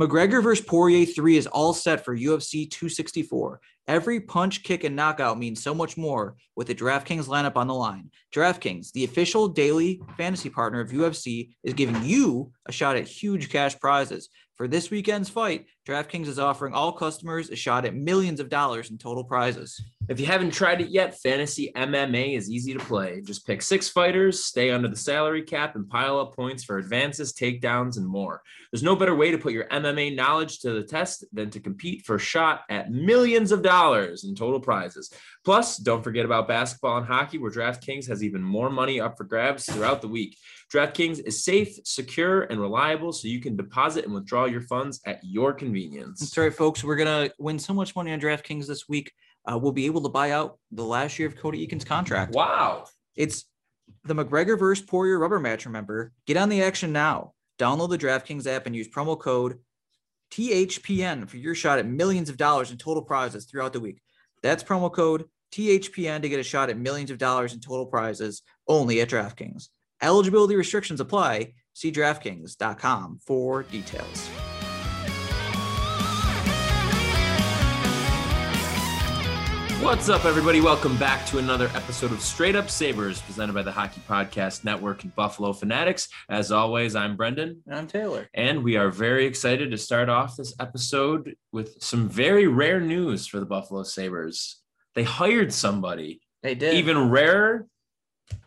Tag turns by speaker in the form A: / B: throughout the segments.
A: McGregor versus Poirier 3 is all set for UFC 264. Every punch, kick, and knockout means so much more with the DraftKings lineup on the line. DraftKings, the official daily fantasy partner of UFC, is giving you a shot at huge cash prizes. For this weekend's fight, DraftKings is offering all customers a shot at millions of dollars in total prizes.
B: If you haven't tried it yet, fantasy MMA is easy to play. Just pick six fighters, stay under the salary cap, and pile up points for advances, takedowns, and more. There's no better way to put your MMA knowledge to the test than to compete for a shot at millions of dollars in total prizes. Plus, don't forget about basketball and hockey, where DraftKings has even more money up for grabs throughout the week. DraftKings is safe, secure, and reliable, so you can deposit and withdraw your funds at your convenience.
A: That's right, folks. We're going to win so much money on DraftKings this week. Uh, we'll be able to buy out the last year of Cody Eakin's contract.
B: Wow.
A: It's the McGregor versus Poirier rubber match. Remember, get on the action now. Download the DraftKings app and use promo code THPN for your shot at millions of dollars in total prizes throughout the week. That's promo code THPN to get a shot at millions of dollars in total prizes only at DraftKings. Eligibility restrictions apply. See DraftKings.com for details.
B: What's up, everybody? Welcome back to another episode of Straight Up Sabres, presented by the Hockey Podcast Network and Buffalo Fanatics. As always, I'm Brendan,
A: And I'm Taylor.
B: and we are very excited to start off this episode with some very rare news for the Buffalo Sabres. They hired somebody.
A: They did.
B: Even rarer,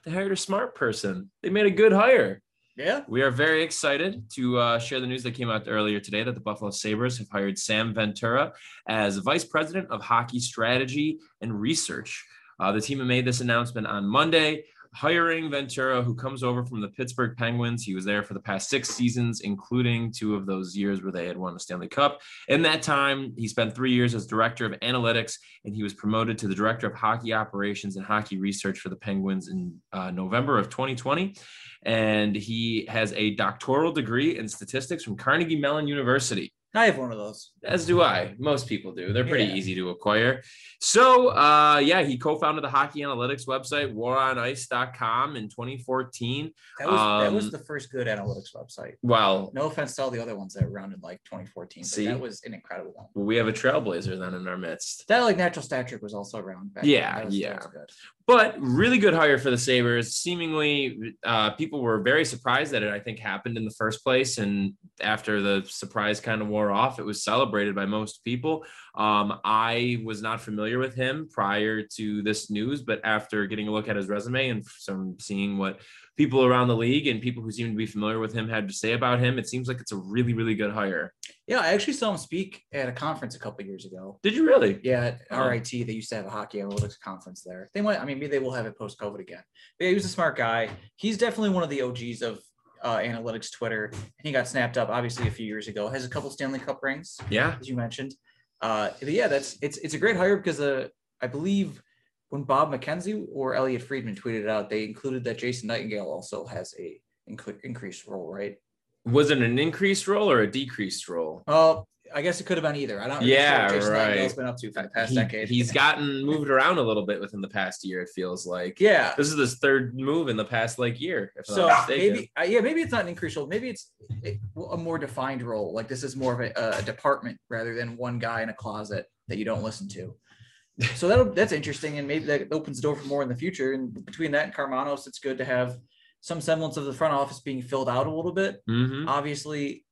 B: they hired a smart person. They made a good hire.
A: yeah.
B: We are very excited to uh, share the news that came out earlier today that the Buffalo Sabres have hired Sam Ventura as Vice President of Hockey Strategy and Research. Uh, the team made this announcement on Monday, hiring Ventura, who comes over from the Pittsburgh Penguins. He was there for the past six seasons, including two of those years where they had won the Stanley Cup. In that time, he spent three years as Director of Analytics, and he was promoted to the Director of Hockey Operations and Hockey Research for the Penguins in uh, November of 2020 and he has a doctoral degree in statistics from Carnegie Mellon University.
A: I have one of those.
B: As do I. Most people do. They're pretty
A: Yeah.
B: easy to acquire. So, uh, yeah, he co-founded the hockey analytics website waronice.com in 2014.
A: That was that was
B: Um,
A: the first good analytics website.
B: Well,
A: No offense to all the other ones that were around in like 2014. But
B: See?
A: that was an incredible one.
B: we have a trailblazer then in our midst.
A: That like natural stat trick was also around. Back
B: Yeah,
A: then. That was- that
B: yeah.
A: was good.
B: but really good hire for the Sabres. Seemingly, uh, people were very surprised that it, I think, happened in the first place. And after the surprise kind of wore off, it was celebrated by most people. Um, I was not familiar with him prior to this news, but after getting a look at his resume and some seeing what people around the league and people who seem to be familiar with him had to say about him, it seems like it's a really, really good hire.
A: Yeah, I actually saw him speak at a conference a couple years ago.
B: Did you really?
A: Yeah, at
B: Oh.
A: RIT, they used to have a hockey analytics conference there. They might, I mean, maybe they will have it post COVID again. But yeah, he was a smart guy. He's definitely one of the OGs of uh, analytics Twitter. And he got snapped up, obviously, a few years ago. Has a couple Stanley Cup rings,
B: Yeah.
A: as you mentioned. Uh, but yeah, that's it's it's a great hire because uh, I believe when Bob McKenzie or Elliot Friedman tweeted it out, they included that Jason Nightingale also has a inc- increased role, right?
B: Was it an increased role or a decreased role?
A: Well, I guess it could have been either. I don't really
B: Yeah,
A: sure what Jason
B: right.
A: Nightingale's been up to for the past
B: he,
A: decade.
B: He's gotten moved around a little bit within the past year. It feels like.
A: yeah.
B: This is his third move in the past like year. If I'm
A: So
B: not mistaken.
A: maybe, uh, yeah, maybe it's not an increased role. Maybe it's a a more defined role. Like this is more of a, a department rather than one guy in a closet that you don't listen to. So that that's interesting, and maybe that opens the door for more in the future. And between that and Carmanos, it's good to have some semblance of the front office being filled out a little bit.
B: Mhm.
A: Obviously,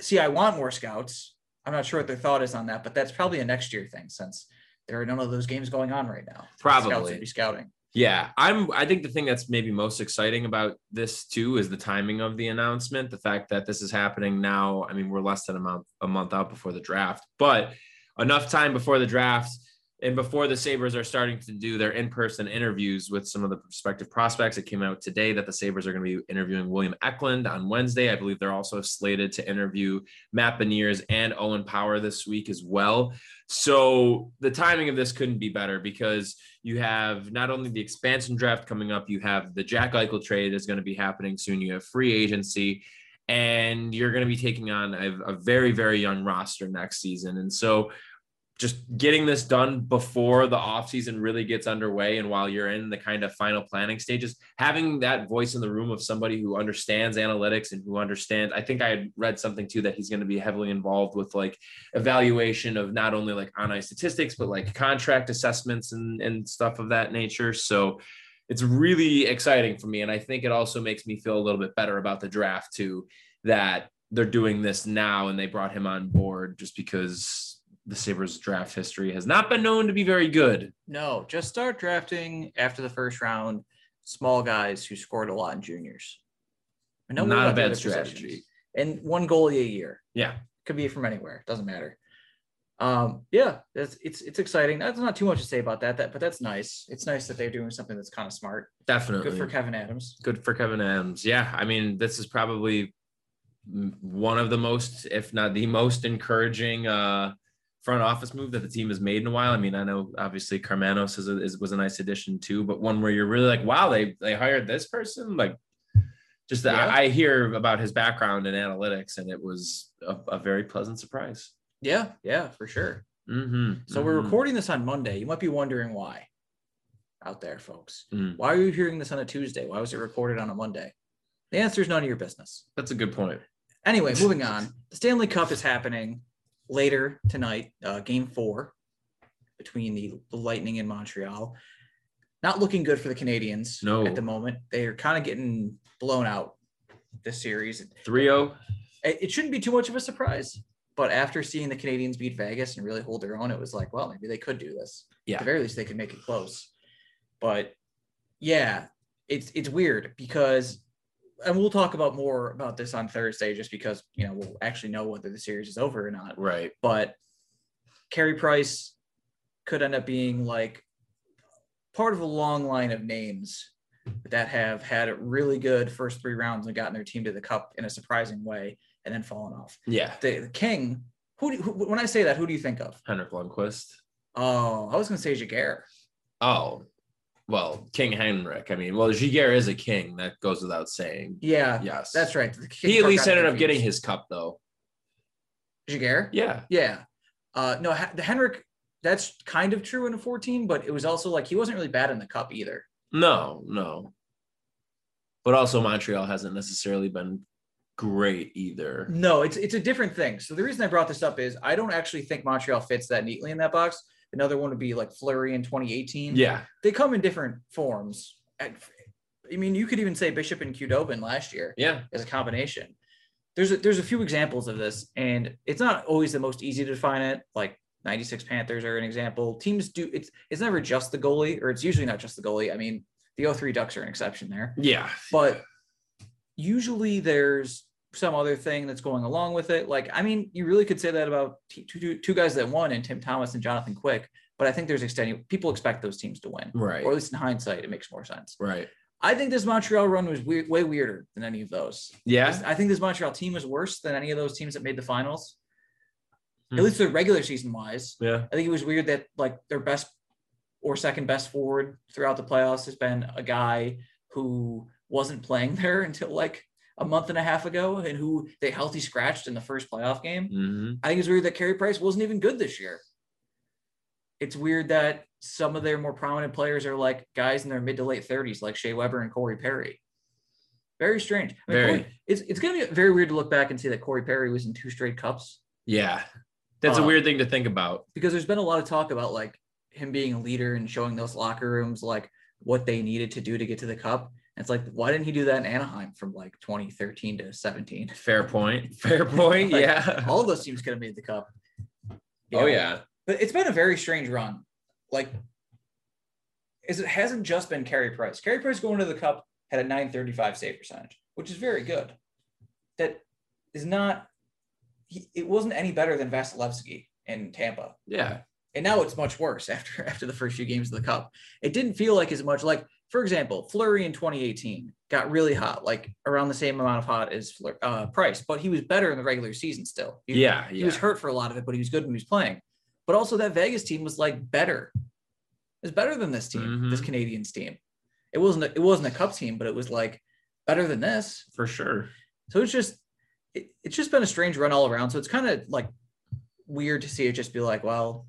A: see, I want more scouts. I'm not sure what their thought is on that, but that's probably a next year thing since there are none of those games going on right now. scouts
B: Probably.
A: would be scouting.
B: Yeah, I'm. I think the thing that's maybe most exciting about this too is the timing of the announcement. The fact that this is happening now. I mean, we're less than a month a month out before the draft, but enough time before the draft and before the Sabers are starting to do their in person interviews with some of the prospective prospects. It came out today that the Sabers are going to be interviewing William Eklund on Wednesday. I believe they're also slated to interview Matt Beniers and Owen Power this week as well. So the timing of this couldn't be better because you have not only the expansion draft coming up, you have the Jack Eichel trade is going to be happening soon. You have free agency, and you're going to be taking on a, a very, very young roster next season. And so just getting this done before the offseason really gets underway and while you're in the kind of final planning stages having that voice in the room of somebody who understands analytics and who understands i think i had read something too that he's going to be heavily involved with like evaluation of not only like on ice statistics but like contract assessments and and stuff of that nature so it's really exciting for me and i think it also makes me feel a little bit better about the draft too that they're doing this now and they brought him on board just because the Sabres draft history has not been known to be very good.
A: No, just start drafting after the first round small guys who scored a lot in juniors. I know we
B: Not
A: got
B: a
A: the
B: bad
A: other
B: strategy.
A: positions. And one goalie a year.
B: Yeah.
A: Could be from anywhere. Doesn't matter. Um, yeah, that's it's it's exciting. That's not too much to say about that, that but that's nice. It's nice that they're doing something that's kind of smart.
B: Definitely.
A: Good for Kevin Adams.
B: good for Kevin Adams. Yeah, I mean, this is probably m- one of the most, if not the most encouraging uh, front office move that the team has made in a while. I mean, I know obviously Carmanos is, a, is was a nice addition too, but one where you're really like, wow, they they hired this person. Like, just that
A: Yeah.
B: I, I hear about his background in analytics, and it was a, a very pleasant surprise.
A: Yeah, yeah, for sure.
B: Mm-hmm.
A: So we're recording this on Monday. You might be wondering why out there, folks.
B: Mm.
A: Why are you hearing this on a Tuesday? Why was it recorded on a Monday? The answer is none of your business.
B: That's a good point.
A: Anyway, moving on. The Stanley Cup is happening later tonight, uh, game four between the, the Lightning and Montreal. Not looking good for the Canadians
B: No.
A: at the moment. They are kind of getting blown out this series. It,
B: 3 0.
A: it shouldn't be too much of a surprise, but after seeing the Canadians beat Vegas and really hold their own, it was like, well, maybe they could do this.
B: Yeah.
A: At the very least, they could make it close. But yeah, it's it's weird because and we'll talk about more about this on Thursday just because you know we'll actually know whether the series is over or not.
B: Right.
A: But Carey Price could end up being like part of a long line of names that have had really good first three rounds and gotten their team to the cup in a surprising way and then fallen off.
B: Yeah.
A: The, the king, who, do, who when I say that, who do you think of?
B: Henrik Lundqvist.
A: Oh, I was gonna say Jaguar.
B: Oh, well, King Henrik. I mean, well, Giger is a king. That goes without saying.
A: Yeah,
B: Yes.
A: that's right.
B: He at least ended up getting his cup, though.
A: Jaguar.
B: Yeah.
A: Yeah. Uh, no, H- the Henrik, that's kind of true in a 14, but it was also like he wasn't really bad in the cup either.
B: No, no. But also, Montreal hasn't necessarily been great either.
A: No, it's it's a different thing. So the reason I brought this up is I don't actually think Montreal fits that neatly in that box. Another one would be like Flurry in 2018.
B: Yeah.
A: They come in different forms. And, I mean, you could even say Bishop and Qdoban last year
B: Yeah.
A: as a combination. There's a, there's a few examples of this, and it's not always the most easy to define it. Like 96 Panthers are an example. Teams do it's it's never just the goalie, or it's usually not just the goalie. I mean, the 03 Ducks are an exception there,
B: Yeah.
A: but usually there's some other thing that's going along with it. Like I mean, you really could say that about t- two, two, two guys that won, and Tim Thomas and Jonathan Quick. But I think there's extending people expect those teams to win,
B: Right.
A: or at least in hindsight, it makes more sense.
B: Right.
A: I think this Montreal run was we- way weirder than any of those.
B: Yeah.
A: I think this Montreal team was worse than any of those teams that made the finals,
B: Hmm.
A: at least the regular season wise.
B: Yeah.
A: I think it was weird that like their best or second best forward throughout the playoffs has been a guy who wasn't playing there until like a month and a half ago and who they healthy scratched in the first playoff game.
B: hmm
A: I think it's weird that Carey Price wasn't even good this year. It's weird that some of their more prominent players are like guys in their mid to late thirties, like Shea Weber and Corey Perry. Very strange. I mean,
B: Very.
A: Corey- it's it's gonna be very weird to look back and see that Corey Perry was in two straight cups
B: Yeah. That's a
A: Uh,
B: weird thing to think about.
A: because there's been a lot of talk about like him being a leader and showing those locker rooms like what they needed to do to get to the cup. And it's like, why didn't he do that in Anaheim from like 2013 to 17?
B: Fair point. Fair point.
A: Like,
B: yeah.
A: All those teams could have made the cup.
B: Oh, yeah.
A: But it's been a very strange run. Like, is it hasn't just been Carey Price. Carey Price going to the cup had a 935 save percentage, which is very good. That is not he, it wasn't any better than Vasilevsky in Tampa.
B: Yeah.
A: And now it's much worse after after the first few games of the cup. It didn't feel like as much like for example, Flurry in 2018 got really hot, like around the same amount of hot as Fleur, uh, Price, but he was better in the regular season still. He-
B: Yeah.
A: he was
B: Yeah.
A: hurt for a lot of it, but he was good when he was playing. But also that Vegas team was like better. It was better than this team,
B: Mm-hmm.
A: this Canadians team. It wasn't a, it wasn't a cup team, but it was like better than this.
B: For sure.
A: So it's just it, it's just been a strange run all around. So it's kind of like weird to see it just be like, well,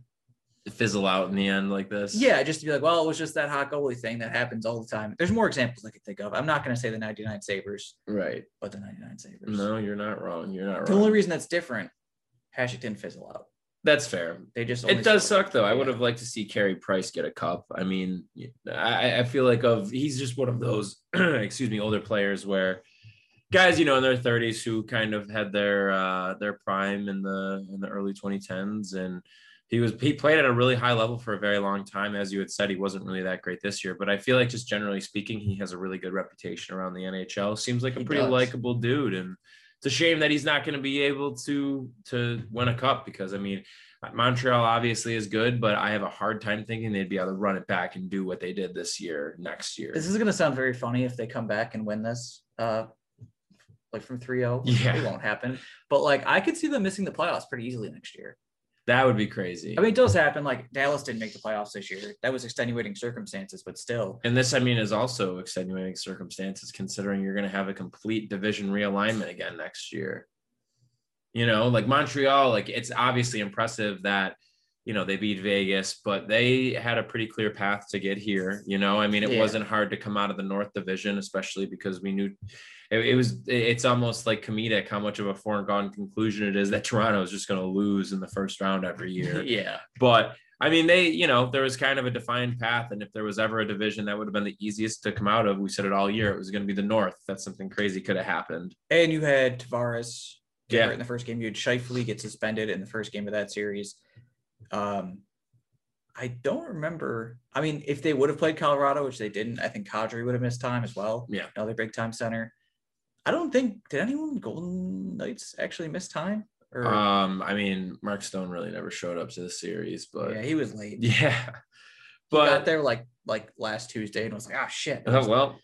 B: fizzle out in the end like this.
A: Yeah, just to be like, well, it was just that hot goalie thing that happens all the time. There's more examples I could think of. I'm not going to say the 99 Sabres,
B: Right.
A: but the 99 Sabres.
B: No, you're not wrong. You're not
A: The
B: wrong.
A: only reason that's different, Hashik didn't fizzle out.
B: That's fair.
A: They just only
B: It does
A: scored.
B: suck though. I would
A: Yeah.
B: have liked to see Carey Price get a cup. I mean, I, I feel like of he's just one of those excuse me older players where guys you know in their 30s who kind of had their uh, their prime in the in the early 2010s and he was he played at a really high level for a very long time as you had said he wasn't really that great this year but i feel like just generally speaking he has a really good reputation around the nhl seems like a
A: He
B: pretty
A: does.
B: likable dude and it's a shame that he's not going to be able to to win a cup because i mean montreal obviously is good but i have a hard time thinking they'd be able to run it back and do what they did this year next year
A: This is going to sound very funny if they come back and win this, uh, like from 3 0.
B: Yeah.
A: It won't happen. But like, I could see them missing the playoffs pretty easily next year.
B: that would be crazy
A: I mean, it does happen. Like, Dallas didn't make the playoffs this year. That was extenuating circumstances, but still.
B: And this, I mean, is also extenuating circumstances considering you're going to have a complete division realignment again next year. You know, like Montreal, like it's obviously impressive that, you know, they beat Vegas, but they had a pretty clear path to get here. You know, I mean, it
A: Yeah.
B: wasn't hard to come out of the North Division, especially because we knew it, it was, it- it's almost like comedic how much of a foregone conclusion it is that Toronto is just going to lose in the first round every year
A: Yeah.
B: but I mean, they, you know, there was kind of a defined path. And if there was ever a division that would have been the easiest to come out of, we said it all year, it was going to be the North. That something crazy could have happened.
A: And you had Tavares get
B: Yeah.
A: hurt in the first game. You had Shifley get suspended in the first game of that series. Um, I don't remember. I mean, if they would have played Colorado, which they didn't, I think Kadri would have missed time as well.
B: Yeah.
A: Another big time center. I don't think did anyone Golden Knights actually miss time? Or
B: Um, I mean, Mark Stone really never showed up to the series,
A: yeah,
B: but
A: he was late.
B: yeah.
A: he got
B: But
A: there like like last Tuesday and was like, oh shit,
B: oh, well,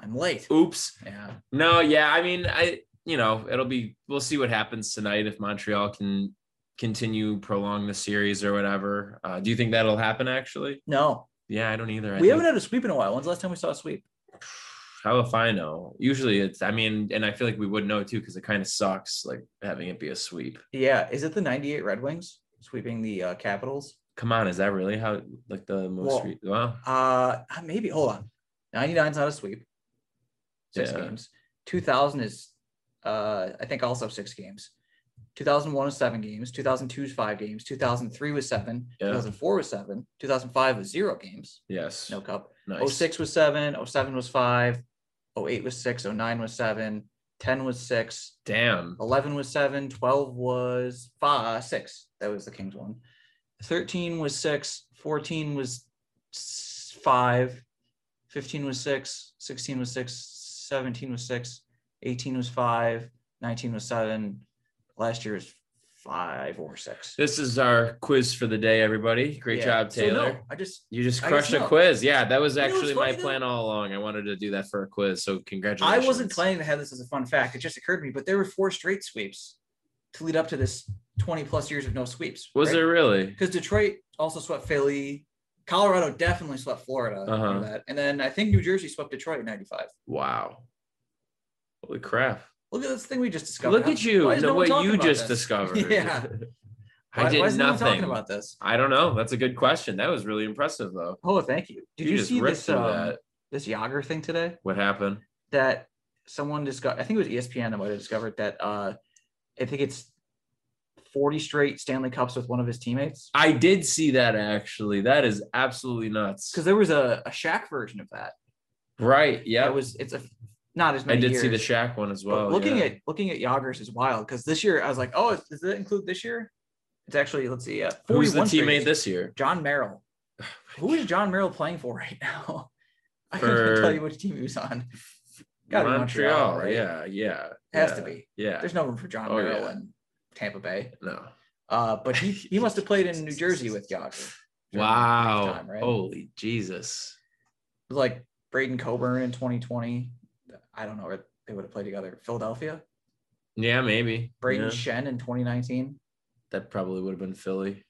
A: I'm late.
B: oops.
A: Yeah.
B: No, yeah. I mean, I you know, it'll be we'll see what happens tonight if Montreal can continue prolong the series or whatever. Uh, do you think that'll happen actually?
A: No,
B: Yeah, I don't either. I
A: we
B: think-
A: haven't had a sweep in a while. When's the last time we saw a sweep?
B: How if I know? Usually it's, I mean, and I feel like we would know too, because it kind of sucks like having it be a sweep.
A: Yeah. Is it the 98 Red Wings sweeping the uh, Capitals?
B: Come on, is that really how, like the most,
A: Well,
B: re- well,
A: Uh, maybe hold on. 99's not a sweep. Six
B: Yeah.
A: games. 2000 is, uh, I think also six games. 2001 is seven games. 2002 is five games. 2003 was seven.
B: Yeah.
A: 2004 was seven. 2005 was zero games.
B: yes.
A: No cup.
B: nice.
A: 06 was seven. 07 was five. 08 was six. 09 was seven. 10 was six.
B: Damn.
A: 11 was 7 12 was 5 6 that was the king's one 13 was 6 14 was s- 5 15 was 6 16 was 6 17 was 6 18 was 5 19 was 7 last year was 5 or 6
B: This is our quiz for the day, everybody. Great
A: Yeah.
B: job,
A: So, no,
B: Taylor.
A: i just
B: You just
A: I guess
B: crushed a
A: no.
B: quiz. Yeah, that was
A: You know what's
B: actually my
A: funny, though?
B: plan all along. I wanted to do that for a quiz. So
A: i
B: congratulations.
A: wasn't planning to have this as a fun fact it just occurred to me but there were four straight sweeps to lead up to this 20 plus years of no sweeps
B: Was
A: right?
B: there really?
A: because Detroit also swept Philly. Colorado definitely swept Florida. I remember
B: Uh-huh.
A: that. And then I think New Jersey swept Detroit in 95.
B: Wow. Holy crap.
A: Look at this thing we just discovered.
B: Look
A: How-
B: at you.
A: why is
B: The
A: no one
B: way
A: talking
B: you
A: about
B: just
A: this?
B: discovered.
A: Yeah.
B: I
A: Why-
B: did
A: why is no one
B: nothing.
A: talking about this?
B: I don't know. That's a good question. That was really impressive, though.
A: Oh, thank you. Did you,
B: just
A: see
B: ripped
A: this
B: through
A: um,
B: that.
A: this Yager thing today
B: What happened?
A: that someone discovered? I think it was E ESPN that might have discovered that. Uh, I think it's 40 straight Stanley Cups with one of his teammates.
B: I did see that actually. That is absolutely nuts.
A: Because there was a, a Shaq version of that.
B: Right.
A: Yeah,
B: Yeah.
A: it was. It's a not as
B: I
A: many.
B: did see the
A: years.
B: Shaq one as
A: But
B: well.
A: looking
B: yeah.
A: at looking at Yagers is wild because this year I was like, oh, is- does that include this year? It's actually let's see, yeah,
B: who's the
A: 41 straight
B: teammate
A: years.
B: this year?
A: John Merrill. Who is John Merrill playing for right now? I can't
B: For-
A: tell you which team he was on. Gotta be Montreal,
B: Montreal.
A: right?
B: Yeah. Yeah.
A: Has
B: yeah,
A: to be.
B: Yeah.
A: There's no room for John
B: Oh,
A: Merrill
B: yeah.
A: in Tampa Bay.
B: no.
A: Uh, but he, he must have played in New Jersey with Yager.
B: Wow.
A: time, right?
B: Holy Jesus.
A: Like Braden Coburn in 2020. I don't know where they would have played together. Philadelphia.
B: Yeah, maybe.
A: Braden
B: Yeah,
A: Shen in 2019.
B: That probably would have been Philly.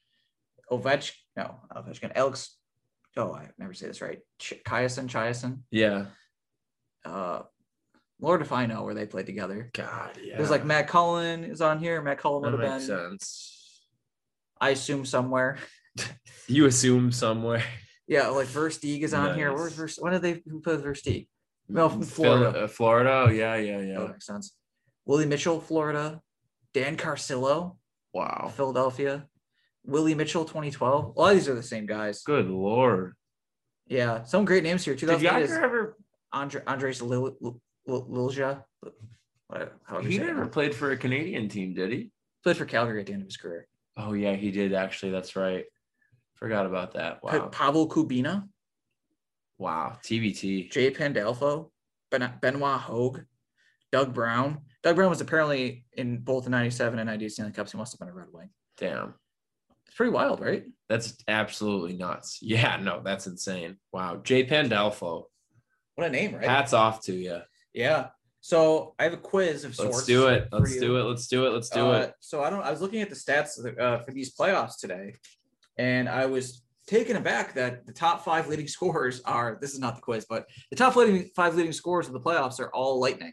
A: Ovech, no, Ovechkin, Alex. Oh, I never say this right. Ch- Chiasen, Chiasen.
B: Yeah.
A: Uh, Lord if I know where they played together.
B: God. Yeah.
A: There's like Matt Cullen is on here. Matt Cullen
B: that
A: would have
B: makes
A: been,
B: sense.
A: I assume, somewhere.
B: You assume somewhere.
A: Yeah, like Versteeg is on here.
B: Nice.
A: Where's Versteeg? When did they who played Versteeg? Well, from Florida.
B: Phil- uh, Florida. Oh, yeah, yeah,
A: Yeah. That
B: yeah.
A: makes sense. Willie Mitchell, Florida. Dan Carcillo,
B: Wow.
A: Philadelphia. Willie Mitchell, 2012. A lot of these are the same guys.
B: Good lord.
A: Yeah, some great names here.
B: Did
A: 2008 is
B: Yager ever?
A: Andre, Andres Lil, Lil, Lilja. Whatever, however you
B: He
A: say it.
B: never played for a Canadian team, did he?
A: Played for Calgary at the end of his career.
B: Oh yeah, he did actually. That's right. Forgot about that.
A: Pa-
B: Wow.
A: Pavel Kubina,
B: Wow. TBT.
A: Jay Pandalfo, ben- Benoit Hogue, Doug Brown. Doug Brown was apparently in both the 97 and 98 Stanley Cups. He must have been a Red Wing.
B: Damn.
A: It's pretty wild, right?
B: That's absolutely nuts. Yeah. No, that's insane. Wow. Jay Pandalfo.
C: What a name, right?
B: Hats off to you.
A: Yeah. So I have a quiz of sorts.
B: Let's do it.
A: for
B: Let's
A: you.
B: do it. Let's do it. Let's do
A: Uh,
B: it.
A: So I don't. I was looking at the stats uh, for these playoffs today, and I was taken aback that the top five leading scorers are. This is not the quiz, but the top leading five leading scorers of the playoffs are all Lightning.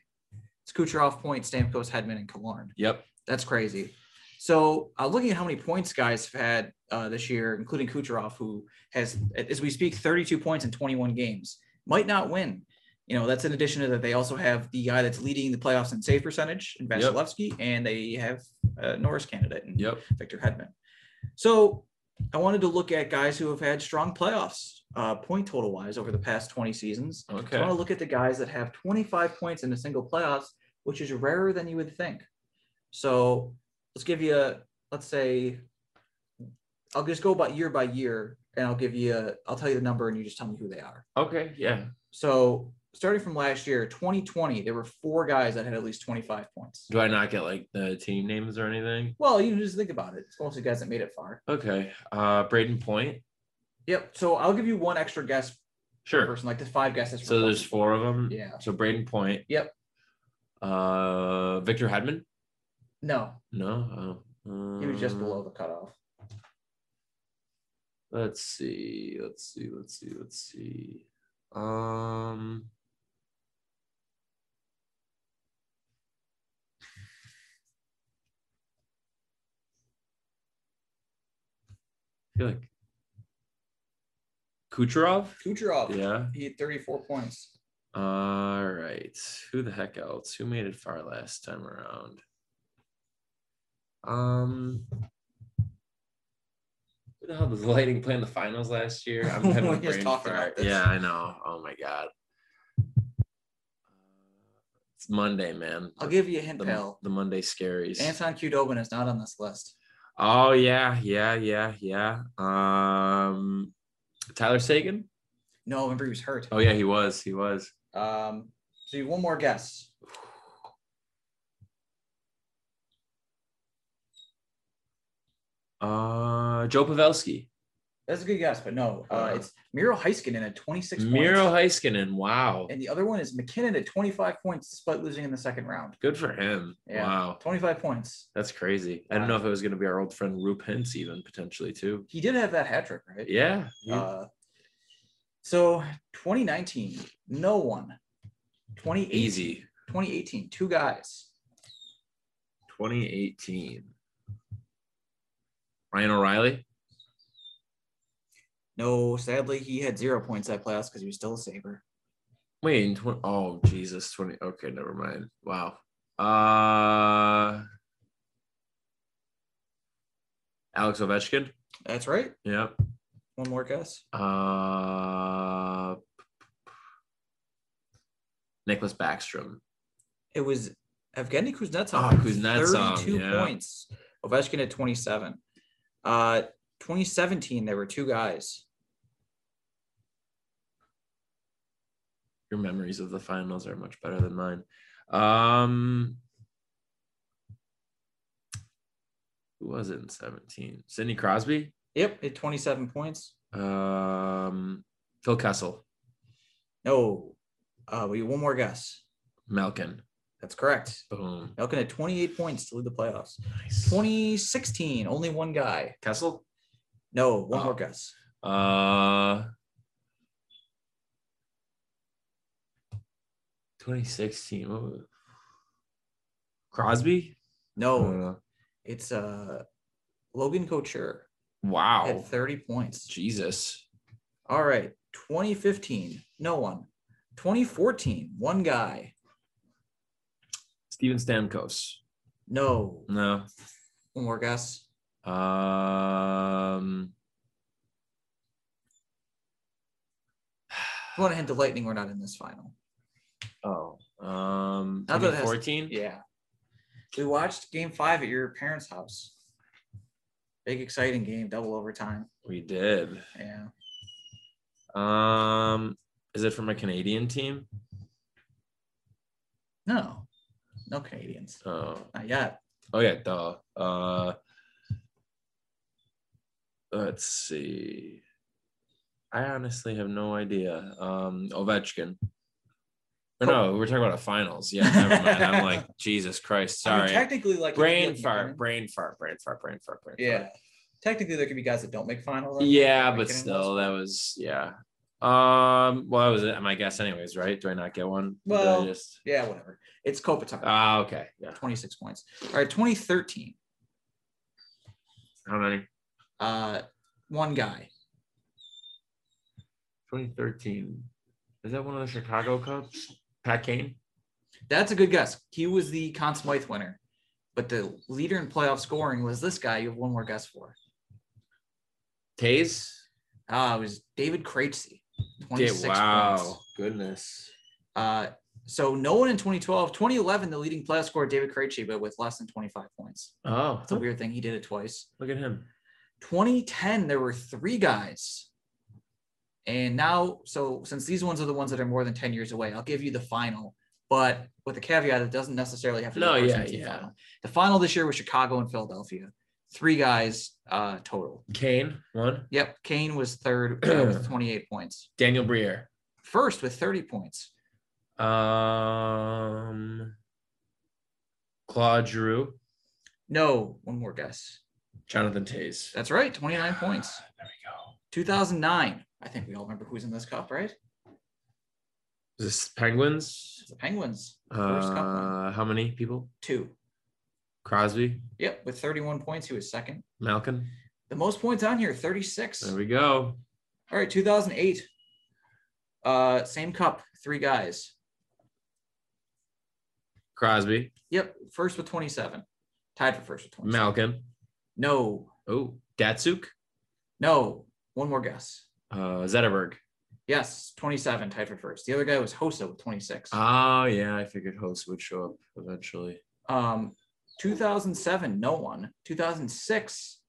A: It's Kucherov, Point, Stamkos, Hedman, and Killorn.
B: Yep.
A: That's crazy. So uh, looking at how many points guys have had uh, this year, including Kucherov, who has, as we speak, 32 points in 21 games, might not win. You know, that's in addition to that. They also have the guy that's leading the playoffs in save percentage, in
B: Yep.
A: Vasilevsky, and they have a Norris candidate and
B: Yep.
A: Victor Hedman. So I wanted to look at guys who have had strong playoffs, uh, point total wise, over the past 20 seasons. I want
B: Okay.
A: to look at the guys that have 25 points in a single playoffs, which is rarer than you would think. So let's give you, a, let's say, I'll just go by year by year, and I'll give you, a, I'll tell you the number, and you just tell me who they are.
B: Okay. Yeah.
A: So starting from last year, 2020, there were four guys that had at least 25 points.
B: Do I not get like the team names or anything?
A: Well, you just think about it. It's mostly guys that made it far.
B: Okay. Uh Braden Point.
A: Yep. So I'll give you one extra guess per
B: Sure.
A: person, like the five guesses. per
B: So there's
A: person.
B: four of them.
A: Yeah.
B: So Braden Point.
A: Yep.
B: Uh Victor Hedman?
A: No,
B: No. Oh.
A: he was just
B: Uh,
A: below the cutoff.
B: Let's see. Let's see. Let's see. Let's see. Um I feel like Kucherov?
A: Oh.
C: Kucherov.
B: Yeah.
C: He had 34 points.
B: All right. Who the heck else? Who made it far last time around? Um. Who the hell was lighting play in the finals last year? I'm having a
C: We just
B: brain
C: talked about
B: fart.
C: this.
B: Yeah, I know. Oh my god. It's Monday, man.
A: I'll give you a hint,
B: the,
A: pal.
B: the Monday scaries.
A: Anton Qdoban is not on this list.
B: Oh yeah, yeah, yeah, yeah. Um, Tyler Sagan.
A: No, remember he was hurt.
B: Oh yeah, he was. He was.
A: Um, so you one more guess.
B: Uh, Joe Pavelski.
A: That's a good guess, but no, uh, it's Miro Heiskanen at 26
B: Miro
A: points.
B: Heiskanen. Wow.
A: And the other one is McKinnon at 25 points despite losing in the second round.
B: Good for him.
A: Yeah.
B: Wow.
A: 25 points.
B: That's crazy. I don't know if it was going to be our old friend Roop Hintz even potentially too.
A: He did have that hat trick, right?
B: Yeah.
A: Uh, so 2019, no one. 2018,
B: Easy.
A: 2018, two guys.
B: 2018. Ryan O'Reilly.
A: No, sadly, he had zero points that playoffs because he was still a saber.
B: Wait. in Tw- oh Jesus. 20. Okay. Never mind. Wow. Uh. Alex Ovechkin.
A: That's right.
B: Yep.
A: One more guess.
B: Uh, Nicholas Backstrom.
A: It was Evgeny Kuznetsov.
B: Oh, Kuznetsov,
A: 32
B: yeah.
A: points. Ovechkin at 27. Uh, 2017, there were two guys.
B: Your memories of the finals are much better than mine. Um, who was it in 17? Sidney Crosby?
A: Yep, at 27 points.
B: Um, Phil Kessel.
A: No. Uh, we one more guess.
B: Malkin.
A: That's correct.
B: Boom.
A: Malkin at 28 points to lead the playoffs.
B: Nice.
A: 2016, only one guy.
B: Kessel?
A: No, one more
B: Oh.
A: guess.
B: Uh, 2016. What was- Crosby?
A: No,
B: Uh,
A: Oh, it's uh, Logan Couture.
B: Wow.
A: at 30 points.
B: Jesus.
A: All right. 2015, no one. 2014, one guy.
B: Steven Stamkos.
A: No.
B: No.
A: One more guess.
B: Um.
A: If you want to hint to Lightning, we're not in this final.
B: Oh. Um.
A: How about this?
B: 2014.
A: Yeah. We watched game five at your parents' house. Big, exciting game, double overtime.
B: We did.
A: Yeah.
B: Um. Is it from a Canadian team?
A: No, no Canadians.
B: Oh.
A: Not yet.
B: Oh yeah. Duh. Uh. Let's see. I honestly have no idea. Um. Ovechkin. Or no, we're talking about a finals. Yeah, never mind. I'm like, Jesus Christ.
A: I mean,
B: Sorry.
A: technically, like. if you
B: brain
A: look at
B: fart,
A: it,
B: brain fart, brain fart, brain fart, brain fart.
A: Yeah. Technically, there could be guys that don't make finals.
B: Yeah,
A: Like
B: but
A: in
B: still, that was yeah. Um, well, that was it, my guess, anyways, right? Do I not get one? Did I
A: Well-
B: just
A: Yeah, whatever. It's Kopitar.
B: ah, okay, yeah.
A: 26 points. All right, 2013.
B: How many?
A: Uh, one guy.
B: 2013. Is that one of the Chicago Cubs? Pat Kane.
A: That's a good guess. He was the Conn Smythe winner, but the leader in playoff scoring was this guy. You have one more guess for.
B: Taze.
A: Ah, it was David Krejci.
B: Yeah,
A: 26
B: wow,
A: points.
B: goodness.
A: Uh, so no one in 2012, 2011, the leading playoff scorer David Krejci, but with less than 25 points.
B: Oh,
A: It's a weird thing. He did it twice.
B: look at him.
A: 2010, there were three guys. And now, so since these ones are the ones that are more than 10 years away, I'll give you the final, but with the caveat, it doesn't necessarily have to
B: No,
A: the
B: yeah,
A: person's
B: yeah.
A: Final. The final this year was Chicago and Philadelphia. Three guys uh, total.
B: Kane one.
A: Yep. Kane was third uh, with 28 points.
B: Daniel Briere.
A: First with 30 points.
B: Um, Claude Giroux.
A: No, one more guess.
B: Jonathan Taze.
A: That's right. 29 points.
B: There we go.
A: 2009. I think we all remember who's in this cup, right?
B: Is this Penguins?
A: The Penguins. First cup win.
B: Uh, how many people?
A: Two.
B: Crosby,
A: Yep. With 31 points, he was second.
B: Malkin.
A: The most points on here, 36.
B: There we go.
A: All right, 2008. Uh, same cup, three guys.
B: Crosby,
A: Yep, first with 27. Tied for first with 27.
B: Malkin.
A: No,
B: Oh, Datsuk,
A: no. One more guess.
B: uh, Zetterberg.
A: Yes, 27, tied for first. The other guy was Hosa with 26.
B: Oh yeah, I figured Host would show up eventually.
A: Um, 2007, no one. 2006,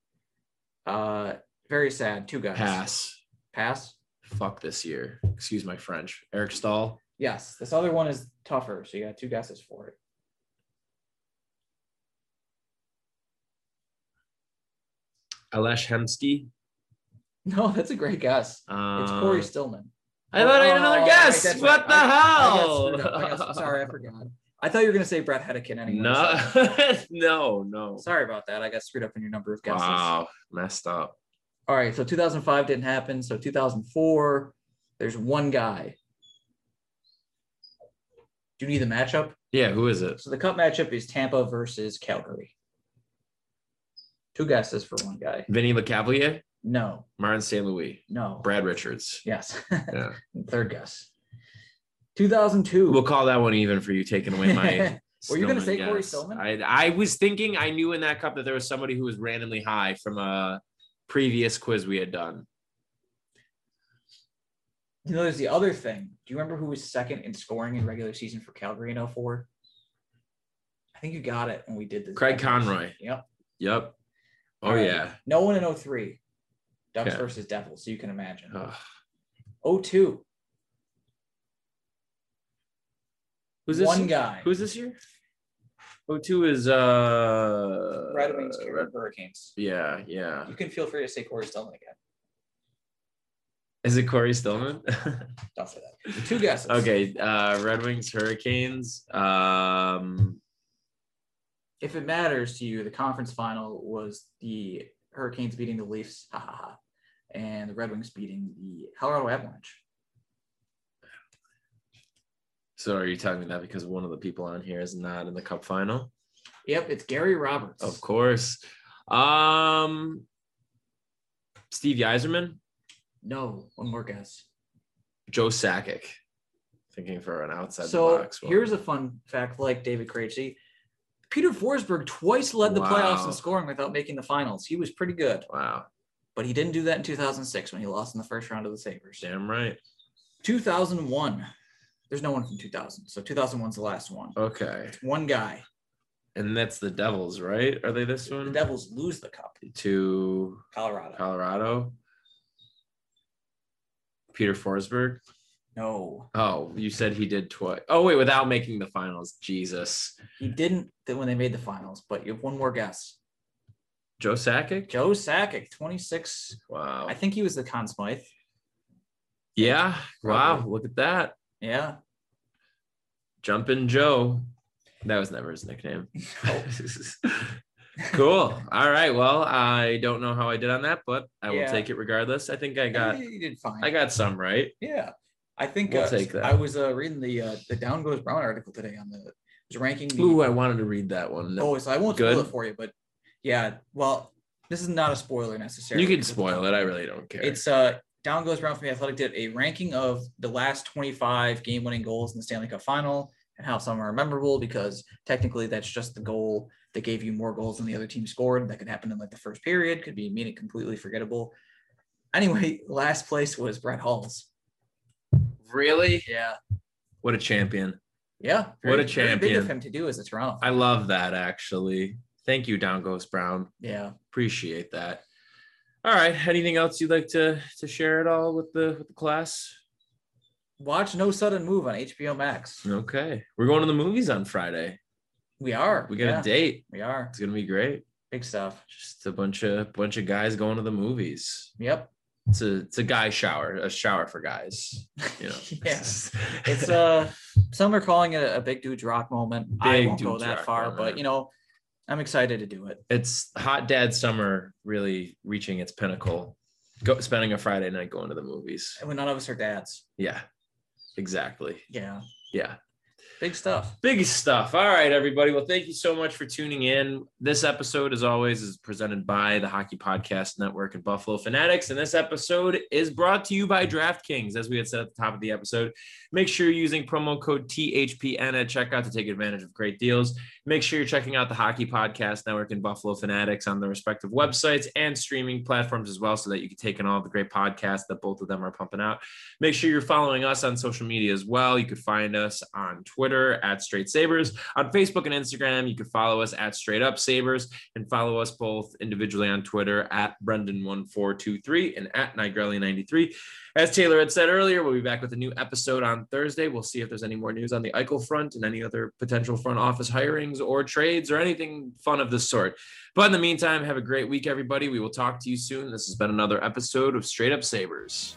A: uh, very sad, two guys.
B: Pass.
A: Pass.
B: Fuck this year. Excuse my French. Eric Stahl.
A: Yes, this other one is tougher, so you got two guesses for it.
B: Alesh Hemsky.
A: No, that's a great guess.
B: Uh,
A: It's Corey Stillman.
B: I thought I had
A: Oh,
B: another
A: right,
B: guess.
A: that's
B: what
A: right.
B: the
A: I- I got
B: hell?
A: screwed up. I got- sorry, I forgot. I thought you were gonna say Brett Hedekin anyway. so-
B: no, no, no.
A: Sorry about that. I got screwed up in your number of guesses.
B: Wow, messed up.
A: All right, so 2005 didn't happen. So 2004, there's one guy. Do you need the matchup?
B: Yeah, who is it?
A: So the cup matchup is Tampa versus Calgary. Two guesses for one guy.
B: Vinny LeCavalier,
A: No,
B: Martin St. Louis,
A: no.
B: Brad Richards.
A: Yes.
B: Yeah.
A: Third guess. 2002.
B: We'll call that one even for you taking away my.
A: Were you gonna say Corey
B: Stillman
A: Stillman?
B: guess. I, I was thinking I knew in that cup that there was somebody who was randomly high from a previous quiz we had done.
A: You know, there's the other thing. Do you remember who was second in scoring in regular season for Calgary in 04? I think you got it when we did this.
B: Craig Conroy.
A: Yep.
B: Yep. Oh
A: All right.
B: yeah.
A: No one in 03. Ducks
B: Okay.
A: versus Devils, so you can imagine.
B: Ugh.
A: 02.
B: Who's this?
A: One guy.
B: Who's this year? O two is uh.
A: Red Wings,
B: Red-
A: Carolina Hurricanes.
B: yeah, yeah.
A: You can feel free to say Corey Stillman again.
B: Is it Corey Stillman?
A: Don't say that. Two guesses.
B: okay. Uh, Red Wings, Hurricanes. Um,
A: If it matters to you, the conference final was the Hurricanes beating the Leafs, ha ha ha, and the Red Wings beating the Colorado Avalanche.
B: so are you telling me that because one of the people on here is not in the cup final?
A: Yep, it's Gary Roberts.
B: Of course. Um Steve Yzerman,
A: No, one more guess.
B: Joe Sakic. Thinking for an outside the
A: so
B: box. one.
A: here's a fun fact like David Krejci. Peter Forsberg twice led the playoffs
B: Wow.
A: in scoring without making the finals. He was pretty good,
B: wow,
A: but he didn't do that in 2006 when he lost in the first round of the Sabres.
B: damn right.
A: 2001. There's no one from 2000. So 2001's the last one.
B: Okay,
A: One guy.
B: and that's the Devils, right? Are they this
A: The
B: one
A: Devils lose the cup.
B: to
D: Colorado.
B: Colorado? Peter Forsberg.
A: No,
B: Oh, you said he did twice. Oh wait, without making the finals. Jesus,
A: he didn't th- when they made the finals. But you have one more guess.
B: Joe Sakic.
A: Joe Sakic, 26.
B: Wow.
A: I think he was the Conn Smythe.
B: Yeah. Wow.
A: Probably.
B: Look at that.
A: Yeah.
B: Jumpin' Joe. That was never his nickname. cool. All right. Well, I don't know how I did on that, but I will
D: Yeah.
B: take it regardless. I think I got
A: you did fine.
B: I got some right.
A: yeah.
D: I think
B: We'll
D: uh,
B: take that.
A: I was uh, reading the uh, the Down Goes Brown article today on the it was ranking the
B: Ooh, I wanted to read that one.
A: Oh, so I won't spoil
B: Good.
A: it for you, but yeah, well, this is not a spoiler necessarily.
B: you can spoil it. I really don't care.
A: It's uh Down Goes Brown from the Athletic did a ranking of the last 25 game winning goals in the Stanley Cup final and how some are memorable because technically that's just the goal that gave you more goals than the other team scored. That could happen in like the first period, could be mean it completely forgettable. Anyway, last place was Brett Hall's.
B: really
A: Yeah.
B: what a champion.
A: Yeah.
B: What
A: very
B: a
A: Big
B: champion.
A: of him to do as a Toronto.
B: I love that actually. Thank you, Down Goes Brown.
A: yeah.
B: Appreciate that. All right. Anything else you'd like to to share at all with the with the class?
A: Watch No Sudden Move on HBO Max.
B: Okay. We're going to the movies on Friday.
A: We are.
B: We got
A: yeah,
B: a date.
A: We are.
B: It's gonna be great.
A: Big stuff.
B: Just a bunch of bunch of guys going to the movies.
A: Yep.
B: It's a it's a guy shower, a shower for guys. You know.
A: Yeah. It's uh some are calling it a big dude's rock moment. I
B: Big
A: won't go
B: dude's
A: that
B: rock
A: far,
B: moment.
A: but you know, I'm excited to do it.
B: it's hot dad summer really reaching its pinnacle. Go spending a Friday night going to the movies.
A: And when none of us are dads.
B: Yeah. Exactly.
A: Yeah.
B: Yeah.
A: Big stuff.
B: Big stuff. All right, everybody. Well, thank you so much for tuning in. This episode, as always, is presented by the Hockey Podcast Network and Buffalo Fanatics. And this episode is brought to you by DraftKings, as we had said at the top of the episode. Make sure you're using promo code THPN at checkout to take advantage of great deals. Make sure you're checking out the Hockey Podcast Network and Buffalo Fanatics on their respective websites and streaming platforms as well, so that you can take in all the great podcasts that both of them are pumping out. Make sure you're following us on social media as well. You could find us on Twitter at Straight Sabers, on Facebook and Instagram. You could follow us at Straight Up Sabers, and follow us both individually on Twitter at Brendan1423 and at Nigrelli93. As Taylor had said earlier, we'll be back with a new episode on Thursday. We'll see if there's any more news on the Eichel front and any other potential front office hirings or trades or anything fun of this sort. But in the meantime, have a great week, everybody. We will talk to you soon. This has been another episode of Straight Up Sabers.